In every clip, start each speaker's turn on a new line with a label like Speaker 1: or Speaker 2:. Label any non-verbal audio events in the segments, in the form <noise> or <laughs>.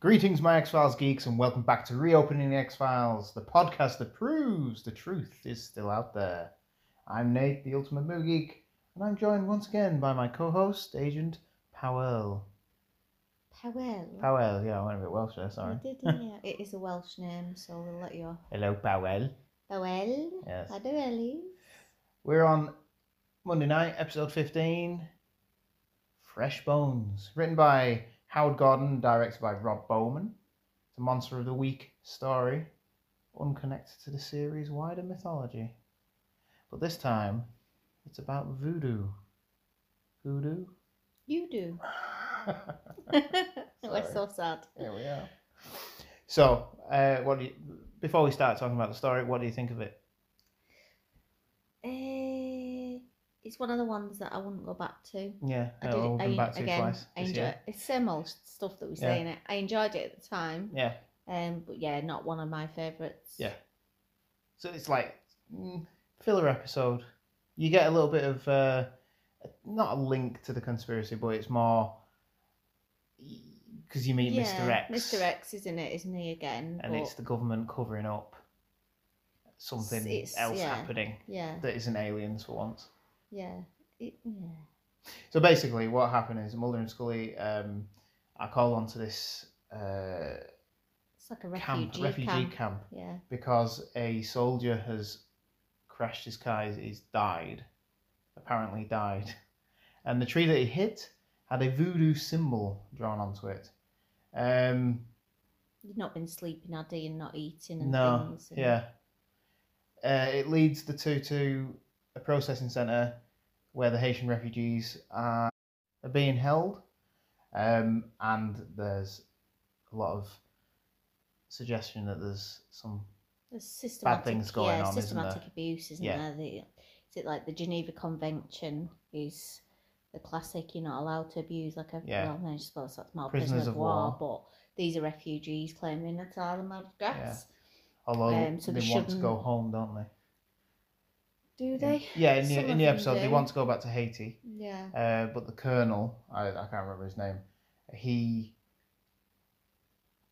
Speaker 1: Greetings, my X Files geeks, and welcome back to Reopening X Files, the podcast that proves the truth is still out there. I'm Nate, the Ultimate Moo Geek, and I'm joined once again by my co host, Agent Powell.
Speaker 2: Powell.
Speaker 1: Powell, yeah, I went a bit Welsh there, sorry.
Speaker 2: You did, yeah. It is a Welsh name, so we'll let you off.
Speaker 1: Hello, Powell.
Speaker 2: Powell.
Speaker 1: Yes.
Speaker 2: How do I leave?
Speaker 1: We're on Monday night, episode 15 Fresh Bones, written by Howard Gordon, directed by Rob Bowman. It's a Monster of the Week story, unconnected to the series' wider mythology. But this time, it's about voodoo. Voodoo? <laughs>
Speaker 2: You do. We're so sad.
Speaker 1: Here we are. So, uh, what do you, before we start talking about the story, what do you think of it?
Speaker 2: Uh, it's one of the ones that I wouldn't go back to.
Speaker 1: Yeah,
Speaker 2: I
Speaker 1: no, I'll come
Speaker 2: did- I en-
Speaker 1: Oh, back to it
Speaker 2: again,
Speaker 1: twice
Speaker 2: I
Speaker 1: this
Speaker 2: enjoy
Speaker 1: year.
Speaker 2: it's same old stuff that we
Speaker 1: Yeah.
Speaker 2: say in it. I enjoyed it at the time.
Speaker 1: Yeah,
Speaker 2: Um, but yeah, not one of my favourites.
Speaker 1: yeah. So it's like mm, filler episode. You get a little bit of uh, not a link to the conspiracy, but it's more because you meet Mr.
Speaker 2: Yeah,
Speaker 1: X.
Speaker 2: Mr. X is in it, isn't he again?
Speaker 1: and
Speaker 2: But
Speaker 1: it's the government covering up something
Speaker 2: It's-
Speaker 1: else
Speaker 2: yeah.
Speaker 1: happening
Speaker 2: yeah,
Speaker 1: that isn't aliens for once.
Speaker 2: yeah, it, yeah.
Speaker 1: So basically, what happened is Mulder and Scully um, are called onto this uh,
Speaker 2: It's like a
Speaker 1: camp,
Speaker 2: refugee,
Speaker 1: refugee camp.
Speaker 2: Yeah,
Speaker 1: because a soldier has crashed his car. He's, he's died, apparently died, <laughs> and the tree that he hit had a voodoo symbol drawn onto it. Um,
Speaker 2: you've not been sleeping, had you, and not eating and
Speaker 1: No,
Speaker 2: things. and-
Speaker 1: yeah. Uh, it leads the two to a processing centre where the Haitian refugees are, are being held, um, and there's a lot of suggestion that there's some
Speaker 2: There's systematic,
Speaker 1: things going
Speaker 2: yeah,
Speaker 1: on, isn't
Speaker 2: systematic
Speaker 1: there?
Speaker 2: abuse, isn't
Speaker 1: Yeah.
Speaker 2: there? The, is it like the Geneva Convention is the classic? You're not allowed to abuse like a
Speaker 1: Yeah.
Speaker 2: well, no, I suppose that's more
Speaker 1: Prisoners
Speaker 2: prisoner of,
Speaker 1: of
Speaker 2: war, but these are refugees claiming that are the mad gas.
Speaker 1: although
Speaker 2: Um, so
Speaker 1: they
Speaker 2: they
Speaker 1: want to go
Speaker 2: shouldn't-
Speaker 1: home, don't they?
Speaker 2: Do
Speaker 1: Mm.
Speaker 2: they?
Speaker 1: Yeah, in
Speaker 2: Some
Speaker 1: the
Speaker 2: of
Speaker 1: in the
Speaker 2: them
Speaker 1: episode they
Speaker 2: do.
Speaker 1: want to go back to Haiti.
Speaker 2: Yeah.
Speaker 1: Uh, but the colonel, I, I can't remember his name, he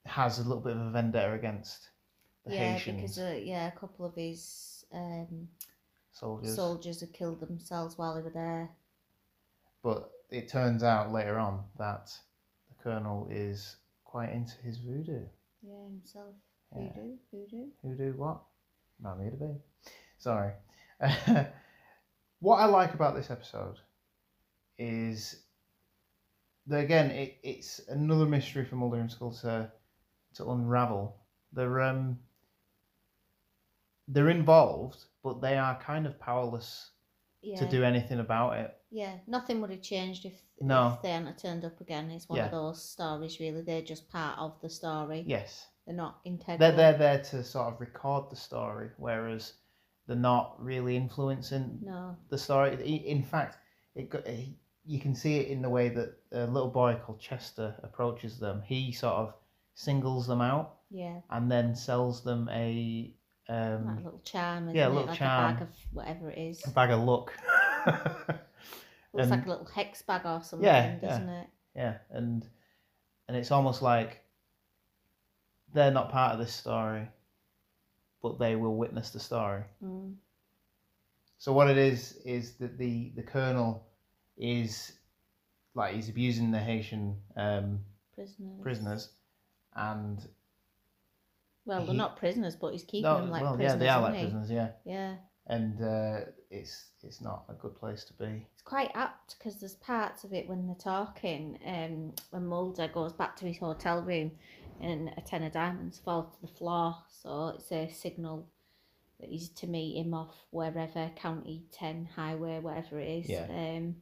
Speaker 1: has a little bit of a vendetta against the
Speaker 2: yeah,
Speaker 1: Haitians
Speaker 2: because uh, yeah, a couple of his um,
Speaker 1: soldiers.
Speaker 2: soldiers had killed themselves while they were there.
Speaker 1: but it turns out later on that the colonel is quite into his voodoo.
Speaker 2: Yeah, himself.
Speaker 1: Yeah.
Speaker 2: Voodoo, voodoo.
Speaker 1: Voodoo what? Mammy to be. Sorry. <laughs> what I like about this episode is that again it, it's another mystery for Mulder and Scully to to unravel. They're um they're involved, but they are kind of powerless
Speaker 2: Yeah.
Speaker 1: to do anything about it.
Speaker 2: Yeah, nothing would have changed if,
Speaker 1: No.
Speaker 2: if they hadn't have turned up again. It's one
Speaker 1: Yeah.
Speaker 2: of those stories, really. They're just part of the story.
Speaker 1: Yes.
Speaker 2: They're not integral.
Speaker 1: they're, they're there to sort of record the story, whereas they're not really influencing
Speaker 2: No.
Speaker 1: the story. I- In fact, it go- he- you can see it in the way that a little boy called Chester approaches them. He sort of singles them out
Speaker 2: Yeah.
Speaker 1: and then sells them a
Speaker 2: Like a
Speaker 1: um,
Speaker 2: little charm. Isn't
Speaker 1: yeah, a
Speaker 2: it?
Speaker 1: little
Speaker 2: like
Speaker 1: charm.
Speaker 2: a bag of whatever it is.
Speaker 1: a bag of luck. <laughs> and-
Speaker 2: Looks like a little hex bag or something,
Speaker 1: yeah.
Speaker 2: doesn't it?
Speaker 1: yeah, and and it's almost like they're not part of this story, but they will witness the story.
Speaker 2: Mm.
Speaker 1: So what it is is that the the colonel is like he's abusing the Haitian um,
Speaker 2: Prisoners.
Speaker 1: prisoners, and
Speaker 2: Well, they're
Speaker 1: He-
Speaker 2: not prisoners, but he's keeping
Speaker 1: no,
Speaker 2: them like
Speaker 1: well, yeah,
Speaker 2: prisoners.
Speaker 1: they are
Speaker 2: isn't
Speaker 1: like
Speaker 2: he?
Speaker 1: prisoners, yeah,
Speaker 2: Yeah.
Speaker 1: and uh, it's it's not a good place to be.
Speaker 2: It's quite apt because there's parts of it when they're talking, um, when Mulder goes back to his hotel room and a ten of diamonds falls to the floor. So it's a signal that he's to meet him off wherever, County 10 Highway, whatever it is.
Speaker 1: Yeah.
Speaker 2: Um,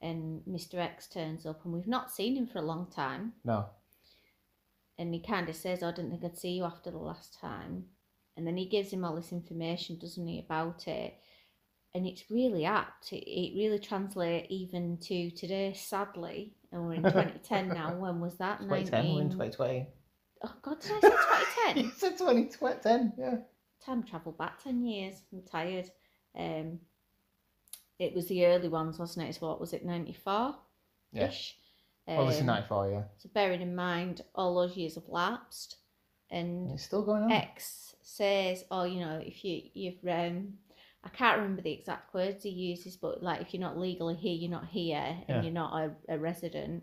Speaker 2: and Mr. X turns up, and we've not seen him for a long time.
Speaker 1: No,
Speaker 2: and he kind of says, "I didn't think I'd see you after the last time," and then he gives him all this information, doesn't he, about it? And it's really apt. It, it really translates even to today. Sadly, and
Speaker 1: <laughs>
Speaker 2: we're in 2010 now. When was that?
Speaker 1: 2010, we're in
Speaker 2: 19
Speaker 1: <laughs> 2020.
Speaker 2: Oh God, did I say 2010?
Speaker 1: You said 2010, yeah.
Speaker 2: <laughs> Time travel back 10 years. I'm tired. Um, it was the early ones, wasn't it? It's what was it, 94
Speaker 1: Yeah.
Speaker 2: ish?
Speaker 1: Well,
Speaker 2: Eh.
Speaker 1: this is 94, yeah.
Speaker 2: So bearing in mind all those years have lapsed, and
Speaker 1: And it's still going on.
Speaker 2: Eh, X says, "Oh, you know, if you you've um, I can't remember the exact words he uses, but like if you're not legally here, you're not here, and
Speaker 1: Yeah.
Speaker 2: you're not a, a resident,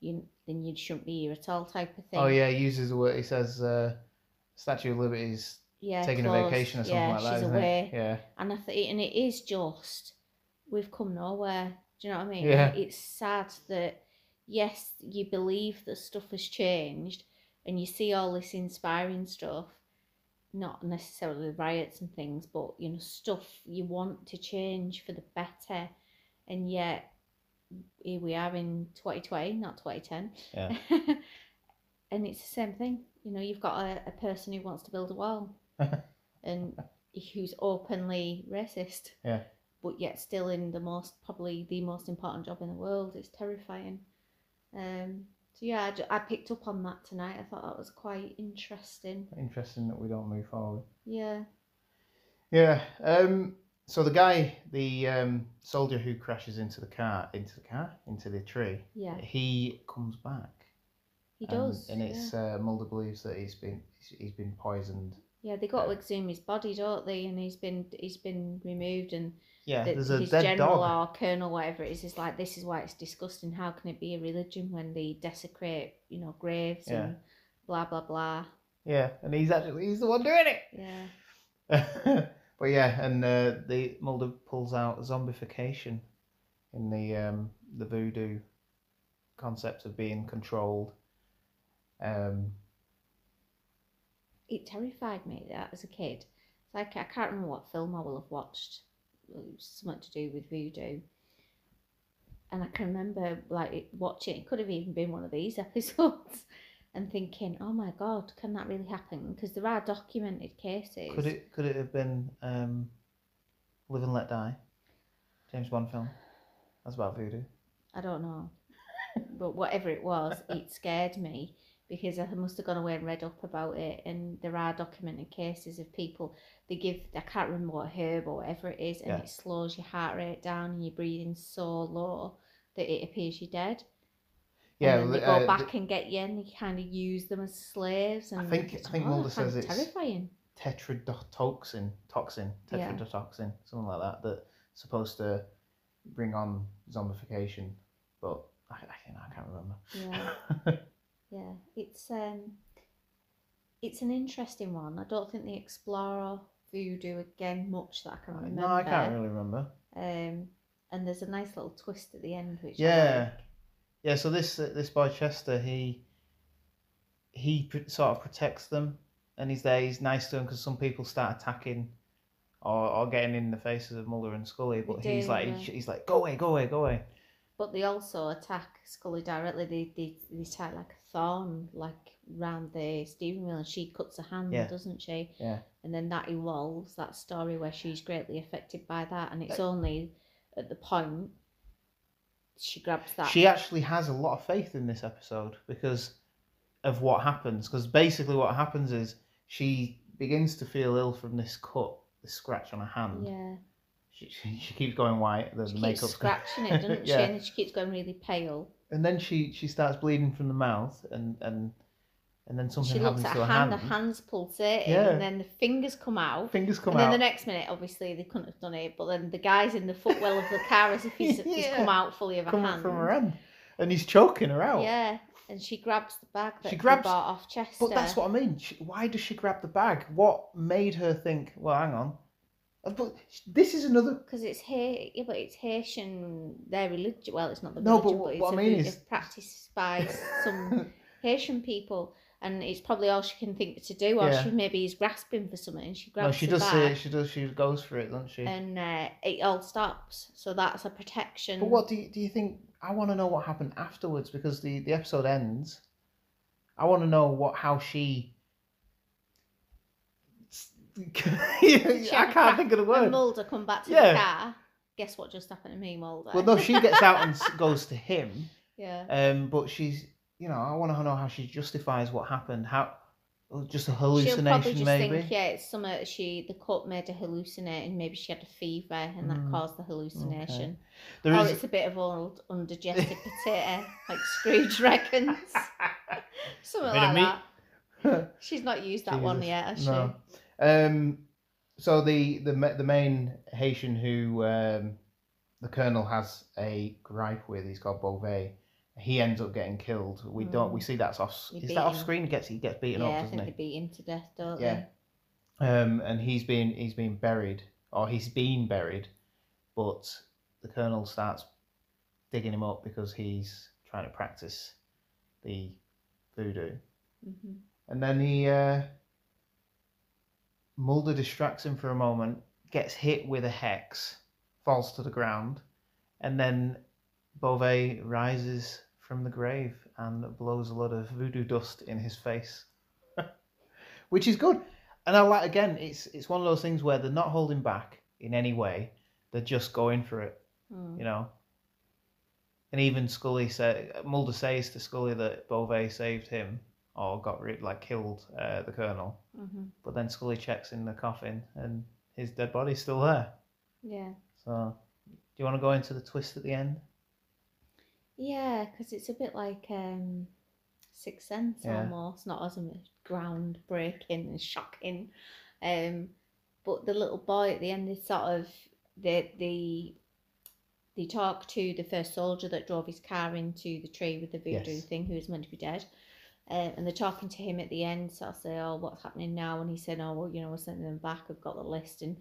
Speaker 2: you then you shouldn't be here at all, type of thing."
Speaker 1: Oh, yeah, he uses the word, he says uh, Statue of Liberty's
Speaker 2: yeah,
Speaker 1: taking a
Speaker 2: close.
Speaker 1: vacation or something
Speaker 2: yeah,
Speaker 1: like that,
Speaker 2: she's
Speaker 1: isn't
Speaker 2: away,
Speaker 1: it? Yeah.
Speaker 2: and I th- and it is just we've come nowhere. Do you know what I mean?
Speaker 1: Yeah.
Speaker 2: It's sad that yes, you believe that stuff has changed, and you see all this inspiring stuff, not necessarily riots and things, but you know stuff you want to change for the better, and yet here we are in 2020, not 2010.
Speaker 1: Yeah.
Speaker 2: <laughs> and it's the same thing. You know, you've got a, a person who wants to build
Speaker 1: <laughs>
Speaker 2: a wall and who's openly racist,
Speaker 1: Yeah.
Speaker 2: but yet still in the most, probably the most important job in the world. It's terrifying. Um, so, yeah, I, ju- I picked up on that tonight. I thought that was quite interesting.
Speaker 1: Interesting that we don't move forward.
Speaker 2: Yeah.
Speaker 1: Yeah. Um, so the guy, the um, soldier who crashes into the car, into the car, into the tree,
Speaker 2: Yeah.
Speaker 1: he comes back.
Speaker 2: He
Speaker 1: and-
Speaker 2: does.
Speaker 1: And,
Speaker 2: yeah.
Speaker 1: it's uh, Mulder believes that he's been he's- he's been poisoned.
Speaker 2: yeah, they got to exhume his body, don't they? And he's been he's been removed and
Speaker 1: Yeah,
Speaker 2: that
Speaker 1: there's a
Speaker 2: his
Speaker 1: dead
Speaker 2: general
Speaker 1: dog.
Speaker 2: or colonel, whatever it is, is like, this is why it's disgusting. How can it be a religion when they desecrate, you know, graves
Speaker 1: Yeah.
Speaker 2: and blah blah blah?
Speaker 1: Yeah, and he's actually he's the one doing it.
Speaker 2: Yeah,
Speaker 1: <laughs> but yeah, and uh, the Mulder pulls out zombification in the um, the voodoo concept of being controlled. Um,
Speaker 2: it terrified me that as a kid. It's like I can't remember what film I will have watched. It was something to do with voodoo. And I can remember like it- watching. It could have even been one of these <laughs> episodes, and thinking, "Oh my god, can that really happen?" Because there are documented cases.
Speaker 1: could it could it have been um, Live and Let Die, James Bond film? That's about voodoo.
Speaker 2: I don't know. but whatever it
Speaker 1: <laughs>
Speaker 2: was, it scared me because I must have gone away and read up about it. And there are documented cases of people, they give, I can't remember what herb or whatever it is, and
Speaker 1: Yeah.
Speaker 2: it slows your heart rate down and you're breathing so low that it appears you're dead.
Speaker 1: Yeah,
Speaker 2: and then they
Speaker 1: uh,
Speaker 2: go
Speaker 1: th-
Speaker 2: back and get you and they kind of use them as slaves. And
Speaker 1: think-
Speaker 2: it's-
Speaker 1: I think
Speaker 2: oh,
Speaker 1: Mulder
Speaker 2: kind of
Speaker 1: says it's- <laughs>
Speaker 2: terrifying.
Speaker 1: tetrodotoxin, toxin,
Speaker 2: Yeah.
Speaker 1: tetrodotoxin, something like that, that's supposed to bring on zombification, but I, I, I can't remember.
Speaker 2: Yeah. Yeah, it's um, it's an interesting one. I don't think they explore voodoo again much that I can remember.
Speaker 1: no, <laughs> I can't really remember.
Speaker 2: Um, and there's a nice little twist at the end, which I
Speaker 1: Yeah,
Speaker 2: like.
Speaker 1: yeah. So this uh, this boy Chester, he he pr- sort of protects them, and he's there. He's nice to them because some people start attacking or, or getting in the faces of Mulder and Scully, but
Speaker 2: They
Speaker 1: he's
Speaker 2: do,
Speaker 1: like
Speaker 2: yeah.
Speaker 1: he's like go away, go away, go away.
Speaker 2: But they also attack Scully directly. They they they tie like a thorn like round the steering wheel, and she cuts her hand,
Speaker 1: Yeah.
Speaker 2: doesn't she?
Speaker 1: Yeah.
Speaker 2: And then that evolves that story where she's greatly affected by that, and it's only at the point she grabs that.
Speaker 1: she actually has a lot of faith in this episode because of what happens. Because basically, what happens is she begins to feel ill from this cut, this scratch on her hand.
Speaker 2: yeah.
Speaker 1: She, she, she keeps going white. There's
Speaker 2: She
Speaker 1: the
Speaker 2: keeps
Speaker 1: makeup.
Speaker 2: scratching it,
Speaker 1: <laughs>
Speaker 2: doesn't
Speaker 1: Yeah.
Speaker 2: she? And then she keeps going really pale.
Speaker 1: And then she she starts bleeding from the mouth, and and and then something
Speaker 2: she
Speaker 1: happens
Speaker 2: looks at
Speaker 1: to
Speaker 2: her
Speaker 1: her
Speaker 2: hand,
Speaker 1: hand.
Speaker 2: the hand's pulsating,
Speaker 1: Yeah.
Speaker 2: and then the fingers come out.
Speaker 1: Fingers come
Speaker 2: and then
Speaker 1: out.
Speaker 2: the next minute, obviously, they couldn't have done it, but then the guy's in the footwell of the car as if
Speaker 1: <laughs>
Speaker 2: he's, he's
Speaker 1: Yeah.
Speaker 2: come out fully of a
Speaker 1: come
Speaker 2: hand.
Speaker 1: from her hand, and he's choking her out.
Speaker 2: Yeah, and she grabs the bag that
Speaker 1: She
Speaker 2: she
Speaker 1: grabs-
Speaker 2: bought off Chester.
Speaker 1: But that's what I mean. She, why does she grab the bag? What made her think? Well, hang on. Uh, But this is another.
Speaker 2: Because it's Ha- yeah, but it's Haitian. Their religion. Well, it's not the
Speaker 1: No, but
Speaker 2: religion,
Speaker 1: what-
Speaker 2: it's
Speaker 1: what
Speaker 2: a
Speaker 1: I mean
Speaker 2: root
Speaker 1: is-
Speaker 2: of practice
Speaker 1: <laughs>
Speaker 2: by some Haitian people, and it's probably all she can think to do. Or
Speaker 1: Yeah.
Speaker 2: she maybe is grasping for something, and she grabs
Speaker 1: No, she
Speaker 2: the
Speaker 1: does see
Speaker 2: bag,
Speaker 1: it. She does. She goes for it, doesn't she?
Speaker 2: and uh, it all stops. So that's a protection.
Speaker 1: But what do you, do you think? I want to know what happened afterwards because the, the episode ends. I want to know what how she. <laughs>
Speaker 2: She
Speaker 1: I
Speaker 2: had a
Speaker 1: can't
Speaker 2: crack-
Speaker 1: think of the
Speaker 2: When
Speaker 1: word.
Speaker 2: Mulder come back to the
Speaker 1: Yeah.
Speaker 2: car. Guess what just happened to me, Mulder?
Speaker 1: Well, no, she gets
Speaker 2: <laughs>
Speaker 1: out and s- goes to him.
Speaker 2: yeah.
Speaker 1: Um, but she's, you know, I want to know how she justifies what happened. How, oh, just a
Speaker 2: She'll probably
Speaker 1: hallucination,
Speaker 2: just
Speaker 1: maybe.
Speaker 2: think, yeah, it's something she the cut made her hallucinate, and maybe she had a fever, and that
Speaker 1: Mm,
Speaker 2: caused the hallucination.
Speaker 1: There
Speaker 2: or
Speaker 1: is-
Speaker 2: Oh, it's a bit of old
Speaker 1: <laughs>
Speaker 2: undigested potato, like Scrooge reckons. something
Speaker 1: Bit
Speaker 2: like
Speaker 1: of
Speaker 2: that.
Speaker 1: <laughs>
Speaker 2: <laughs> She's not used that one
Speaker 1: Jesus,
Speaker 2: yet, has she?
Speaker 1: no. Um, so the the ma- the main Haitian who um, the colonel has a gripe with, he's called Beauvais. He ends up getting killed. We don't. We see that's off.
Speaker 2: Hmm. He
Speaker 1: Is
Speaker 2: beat
Speaker 1: that off
Speaker 2: him.
Speaker 1: screen? He gets he gets beaten
Speaker 2: yeah, I
Speaker 1: up,
Speaker 2: think
Speaker 1: doesn't
Speaker 2: they
Speaker 1: he?
Speaker 2: beat him to death, don't
Speaker 1: Yeah. Um, and he's been he's been buried, or he's been buried, but the colonel starts digging him up because he's trying to practice the voodoo.
Speaker 2: they? hmm
Speaker 1: And then he uh, Mulder distracts him for a moment, gets hit with a hex, falls to the ground, and then Beauvais rises from the grave and blows a lot of voodoo dust in his face, <laughs> which is good. And I like again, it's it's one of those things where they're not holding back in any way; they're just going for it,
Speaker 2: Mm.
Speaker 1: you know. And even Scully say Mulder says to Scully that Beauvais saved him or got rid like killed uh, the colonel.
Speaker 2: hmm
Speaker 1: But then Scully checks in the coffin and his dead body's still there.
Speaker 2: Yeah.
Speaker 1: So, do you want to go into the twist at the end?
Speaker 2: Yeah, because it's a bit like um, Sixth Sense
Speaker 1: Yeah.
Speaker 2: almost, not as much groundbreaking and shocking. Um, but the little boy at the end is sort of the the they talk to the first soldier that drove his car into the tree with the voodoo
Speaker 1: Yes.
Speaker 2: thing, who was meant to be dead. Um, and they're talking to him at the end, so I say, "Oh, what's happening now?" And he said, "Oh, well, you know, we're sending them back. I've got the list." And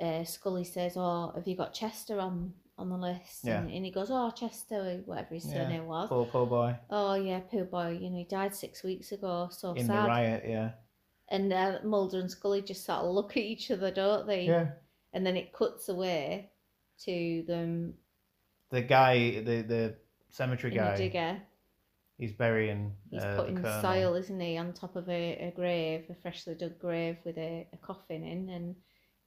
Speaker 2: uh, Scully says, "Oh, have you got Chester on on the list?"
Speaker 1: Yeah.
Speaker 2: And, and he goes, "Oh, Chester, whatever his surname was."
Speaker 1: Poor, poor boy.
Speaker 2: Oh yeah, poor boy. You know, he died six weeks ago. So
Speaker 1: in
Speaker 2: sad.
Speaker 1: the riot, yeah.
Speaker 2: And uh, Mulder and Scully just sort of look at each other, don't they?
Speaker 1: Yeah.
Speaker 2: And then it cuts away to them
Speaker 1: The guy, the, the cemetery
Speaker 2: in a
Speaker 1: guy,
Speaker 2: digger.
Speaker 1: he's burying
Speaker 2: He's
Speaker 1: uh,
Speaker 2: putting
Speaker 1: the colonel.
Speaker 2: soil, isn't he, on top of a, a grave, a freshly dug grave with a, a coffin in, and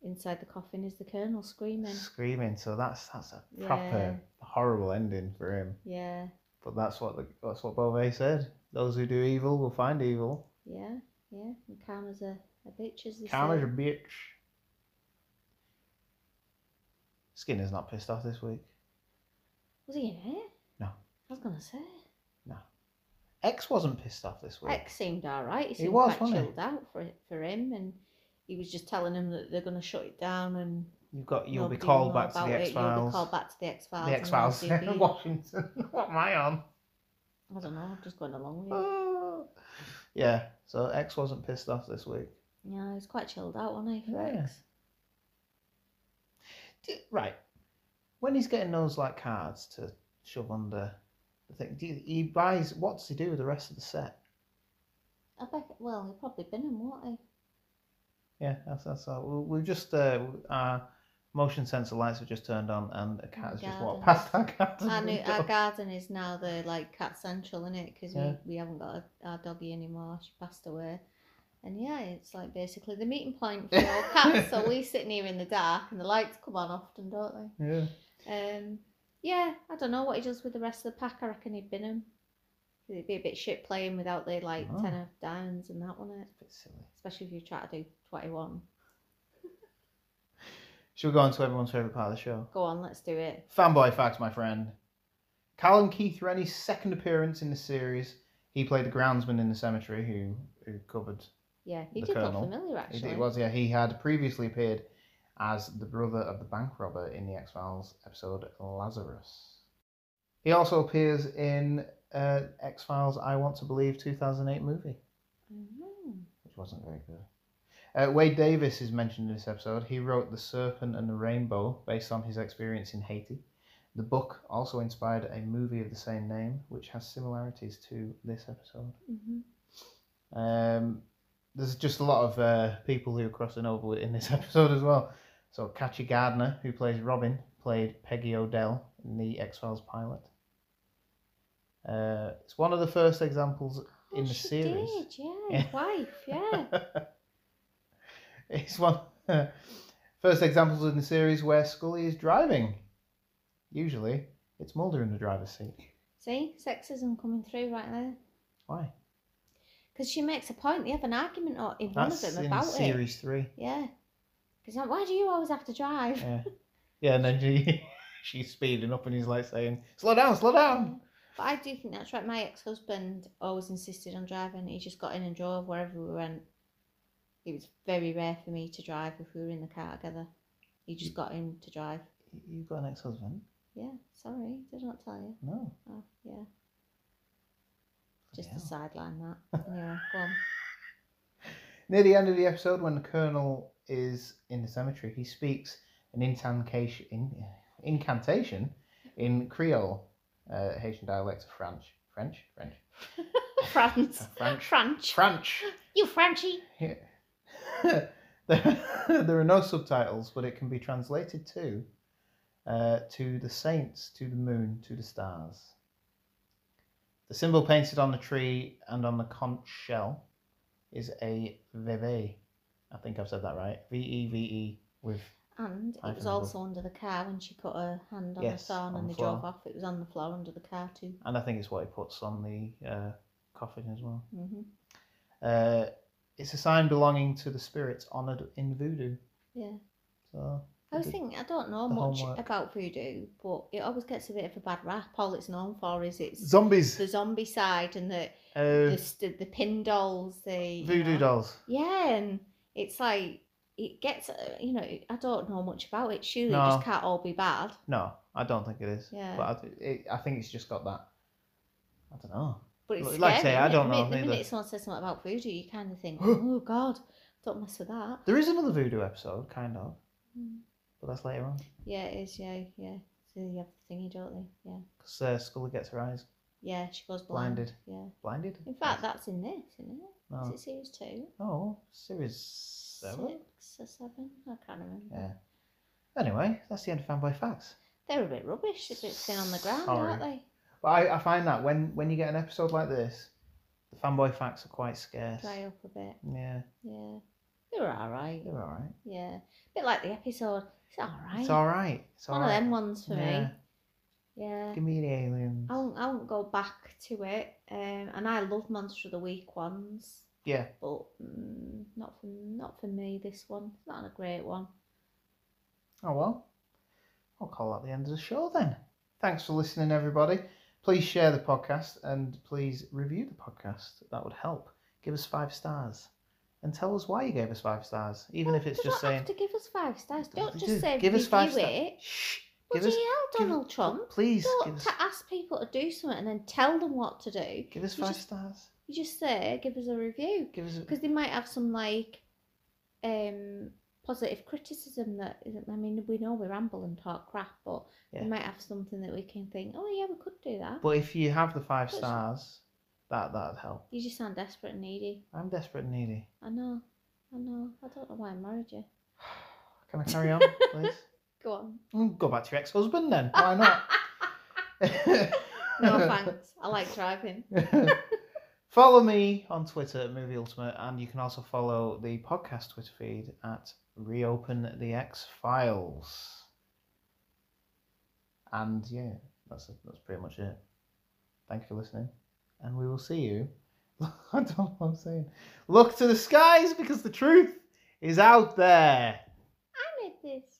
Speaker 2: inside the coffin is the colonel screaming.
Speaker 1: Screaming, so that's that's a proper horrible ending for him.
Speaker 2: Yeah,
Speaker 1: But that's what the, that's what Beauvais said. Those who do evil will find evil.
Speaker 2: yeah, yeah. And karma's a, a bitch, as they
Speaker 1: Calm
Speaker 2: say.
Speaker 1: as a bitch. Skinner's not pissed off this week.
Speaker 2: Was he in it?
Speaker 1: No.
Speaker 2: I was gonna say.
Speaker 1: X wasn't pissed off this week.
Speaker 2: X seemed alright. He
Speaker 1: He
Speaker 2: seemed
Speaker 1: was,
Speaker 2: quite
Speaker 1: wasn't he?
Speaker 2: chilled out for for him, and he was just telling him that they're gonna shut it down and
Speaker 1: You've got you'll
Speaker 2: nobody
Speaker 1: be
Speaker 2: will
Speaker 1: called
Speaker 2: know
Speaker 1: back to
Speaker 2: about
Speaker 1: the
Speaker 2: it.
Speaker 1: X
Speaker 2: You'll be
Speaker 1: Files.
Speaker 2: called back to the X Files.
Speaker 1: The X Files in <laughs> Washington. what am I on? <laughs>
Speaker 2: I don't know. I'm just going along with it.
Speaker 1: Oh. yeah. So X wasn't pissed off this week.
Speaker 2: Yeah, he was quite chilled out, wasn't he? for
Speaker 1: Yeah.
Speaker 2: X?
Speaker 1: D- Right. When he's getting those like cards to shove under the thing, do you, he buys. What does he do with the rest of the set?
Speaker 2: I bet. Well, he'd probably been in, won't he?
Speaker 1: Yeah, that's that's all. We- We've just uh, our motion sensor lights have just turned on, and a cat has just walked
Speaker 2: Garden.
Speaker 1: past our cat.
Speaker 2: Our, new, our garden is now the like cat central in it because
Speaker 1: Yeah.
Speaker 2: we, we haven't got a, our doggy anymore. She passed away, and yeah, it's like basically the meeting point
Speaker 1: <laughs>
Speaker 2: for all cats. so we sitting here in the dark, and the lights come on often, don't
Speaker 1: <laughs> Yeah.
Speaker 2: they? Um, yeah, I don't know what he does with the rest of the pack. I reckon he'd bin him. It'd be a bit shit playing without the like
Speaker 1: Oh.
Speaker 2: ten of diamonds and that one,
Speaker 1: Bit silly.
Speaker 2: especially if you try to do twenty one.
Speaker 1: Should we go on to everyone's favourite part of the show?
Speaker 2: Go on, let's do it.
Speaker 1: Fanboy facts, my friend. Callum Keith Rennie's second appearance in the series He played the groundsman in the cemetery who who covered
Speaker 2: Yeah, he
Speaker 1: the
Speaker 2: did
Speaker 1: Colonel.
Speaker 2: look familiar
Speaker 1: He
Speaker 2: actually.
Speaker 1: d- He was, yeah. He had previously appeared as the brother of the bank robber in the X Files episode Lazarus. He also appears in uh, X Files I Want to Believe 2008 movie,
Speaker 2: Mhm.
Speaker 1: which wasn't very good. Uh, Wade Davis is mentioned in this episode. He wrote The Serpent and the Rainbow based on his experience in Haiti. The book also inspired a movie of the same name, which has similarities to this episode.
Speaker 2: Mhm.
Speaker 1: Um, there's just a lot of uh, people who are crossing over with- in this <laughs> episode as well. So Katya Gardner, who plays Robin, played Peggy Odell in the X Files pilot. Uh, it's one of the first examples
Speaker 2: Oh,
Speaker 1: in the
Speaker 2: she
Speaker 1: series.
Speaker 2: Did, yeah,
Speaker 1: Yeah.
Speaker 2: his wife, yeah.
Speaker 1: <laughs> it's one <laughs> first examples in the series where Scully is driving. Usually, it's Mulder in the driver's seat.
Speaker 2: See, sexism coming through right there.
Speaker 1: Why?
Speaker 2: Because she makes a point, they have an argument or in one of
Speaker 1: That's
Speaker 2: them
Speaker 1: in
Speaker 2: about it.
Speaker 1: series three.
Speaker 2: Yeah. Because why do you always have to drive?
Speaker 1: Yeah. Yeah, and then she <laughs> she's speeding up and he's like saying, Slow down, slow down.
Speaker 2: But I do think that's right. My ex husband always insisted on driving. He just got in and drove wherever we went. It was very rare for me to drive if we were in the car together. He just got in to drive.
Speaker 1: You've got an ex husband?
Speaker 2: Yeah, sorry, did not tell you.
Speaker 1: No.
Speaker 2: Oh, yeah. Just
Speaker 1: Bloody
Speaker 2: a
Speaker 1: hell.
Speaker 2: sideline that. Anyway, go on.
Speaker 1: Near the end of the episode, when the Colonel is in the cemetery, he speaks an incantation, in, incantation in Creole, uh, Haitian dialect of French. French? French.
Speaker 2: France.
Speaker 1: French.
Speaker 2: French.
Speaker 1: French!
Speaker 2: You Frenchy.
Speaker 1: Yeah. there, <laughs> there are no subtitles, but it can be translated to uh, to the saints, to the moon, to the stars. The symbol painted on the tree and on the conch shell is a veve. I think I've said that right. V E V E with
Speaker 2: And
Speaker 1: I
Speaker 2: it was
Speaker 1: can
Speaker 2: also under the car when she put her hand on
Speaker 1: Yes,
Speaker 2: the thorn
Speaker 1: on
Speaker 2: and
Speaker 1: the
Speaker 2: they drove
Speaker 1: floor.
Speaker 2: off. It was on the floor under the car too.
Speaker 1: and I think it's what he puts on the uh, coffin as well.
Speaker 2: hmm
Speaker 1: Uh, it's a sign belonging to the spirits honoured in voodoo.
Speaker 2: Yeah.
Speaker 1: So
Speaker 2: I was
Speaker 1: the-
Speaker 2: thinking, I don't know
Speaker 1: the
Speaker 2: much
Speaker 1: homework.
Speaker 2: about voodoo, but it always gets a bit of a bad rap. All it's known for is it's
Speaker 1: zombies.
Speaker 2: the zombie side and the
Speaker 1: Uh,
Speaker 2: the, E st- the pin dolls, the
Speaker 1: voodoo
Speaker 2: dolls.
Speaker 1: dolls.
Speaker 2: Yeah, and it's like it gets, uh, you know, I don't know much about it. Surely it
Speaker 1: No.
Speaker 2: just can't all be bad.
Speaker 1: No, I don't think it is.
Speaker 2: Yeah.
Speaker 1: But I, th- it, I think it's just got that. I don't know.
Speaker 2: But it's
Speaker 1: Like
Speaker 2: scary,
Speaker 1: I say, I
Speaker 2: innit?
Speaker 1: don't
Speaker 2: The
Speaker 1: know
Speaker 2: minute- The minute
Speaker 1: neither.
Speaker 2: someone says something about voodoo, you kind of
Speaker 1: <gasps>
Speaker 2: think, oh god, don't mess with that.
Speaker 1: There is another voodoo episode, kind of,
Speaker 2: Mm.
Speaker 1: but that's later on
Speaker 2: Yeah, it is. Yeah, yeah. So you have the thingy, don't they? Yeah,
Speaker 1: because uh, Scully gets her eyes
Speaker 2: yeah. She goes blind.
Speaker 1: Blinded.
Speaker 2: Yeah.
Speaker 1: blinded.
Speaker 2: In fact, that's in this, isn't it?
Speaker 1: no.
Speaker 2: Is it series two?
Speaker 1: oh, series seven.
Speaker 2: Six or seven? I can't remember.
Speaker 1: Yeah. Anyway, that's the end of fanboy facts.
Speaker 2: They're a bit rubbish. They're a bit thin on the ground, aren't
Speaker 1: Sorry.
Speaker 2: they?
Speaker 1: But I, I find that when when you get an episode like this, the fanboy facts are quite scarce.
Speaker 2: Dry up a bit.
Speaker 1: Yeah,
Speaker 2: Yeah. They're all right.
Speaker 1: they're all right.
Speaker 2: Yeah. bit like the episode. It's all right.
Speaker 1: It's all right. It's all
Speaker 2: One of
Speaker 1: right.
Speaker 2: them ones for me. Oh.
Speaker 1: Yeah.
Speaker 2: Yeah.
Speaker 1: Give me the aliens.
Speaker 2: I won't, I won't go back to it. Um, and I love Monster of the Week ones,
Speaker 1: Yeah.
Speaker 2: but mm, not for not for me. This one, it's not a great one.
Speaker 1: Oh well, I'll call that the end of the show then. Thanks for listening, everybody. Please share the podcast and please review the podcast. That would help. Give us five stars and tell us why you gave us five stars, even if it's
Speaker 2: They
Speaker 1: just
Speaker 2: don't
Speaker 1: saying.
Speaker 2: have to give us five stars. Don't
Speaker 1: They
Speaker 2: just
Speaker 1: do.
Speaker 2: say
Speaker 1: give us
Speaker 2: review
Speaker 1: five
Speaker 2: it.
Speaker 1: stars. Shh.
Speaker 2: Bloody
Speaker 1: give us,
Speaker 2: hell,
Speaker 1: give-
Speaker 2: Donald Trump.
Speaker 1: Please give
Speaker 2: Don't
Speaker 1: us,
Speaker 2: ta- ask people to do something and then tell them what to do.
Speaker 1: give us
Speaker 2: You
Speaker 1: five
Speaker 2: just-
Speaker 1: stars.
Speaker 2: You just say, give us a review.
Speaker 1: Give us.
Speaker 2: Because they might have some like um positive criticism that isn't. I mean, we know we ramble and talk crap, but
Speaker 1: Yeah.
Speaker 2: they might have something that we can think, oh yeah, we could do that.
Speaker 1: But if you have the five
Speaker 2: But-
Speaker 1: stars, that that'd help.
Speaker 2: You just sound desperate and needy.
Speaker 1: I'm desperate and needy. <sighs>
Speaker 2: I know. I know. I don't know why I married you.
Speaker 1: Can I
Speaker 2: <laughs>
Speaker 1: carry on, please?
Speaker 2: Go on.
Speaker 1: Mm, Go back to your ex-husband then. Why not?
Speaker 2: No thanks. I like driving.
Speaker 1: <laughs> follow me on Twitter at Movie Ultimate, and you can also follow the podcast Twitter feed at Reopen the X Files. And yeah, that's that's pretty much it. Thank you for listening, and we will see you. <laughs> I don't know what I'm saying. Look to the skies because the truth is out there.
Speaker 2: I made this.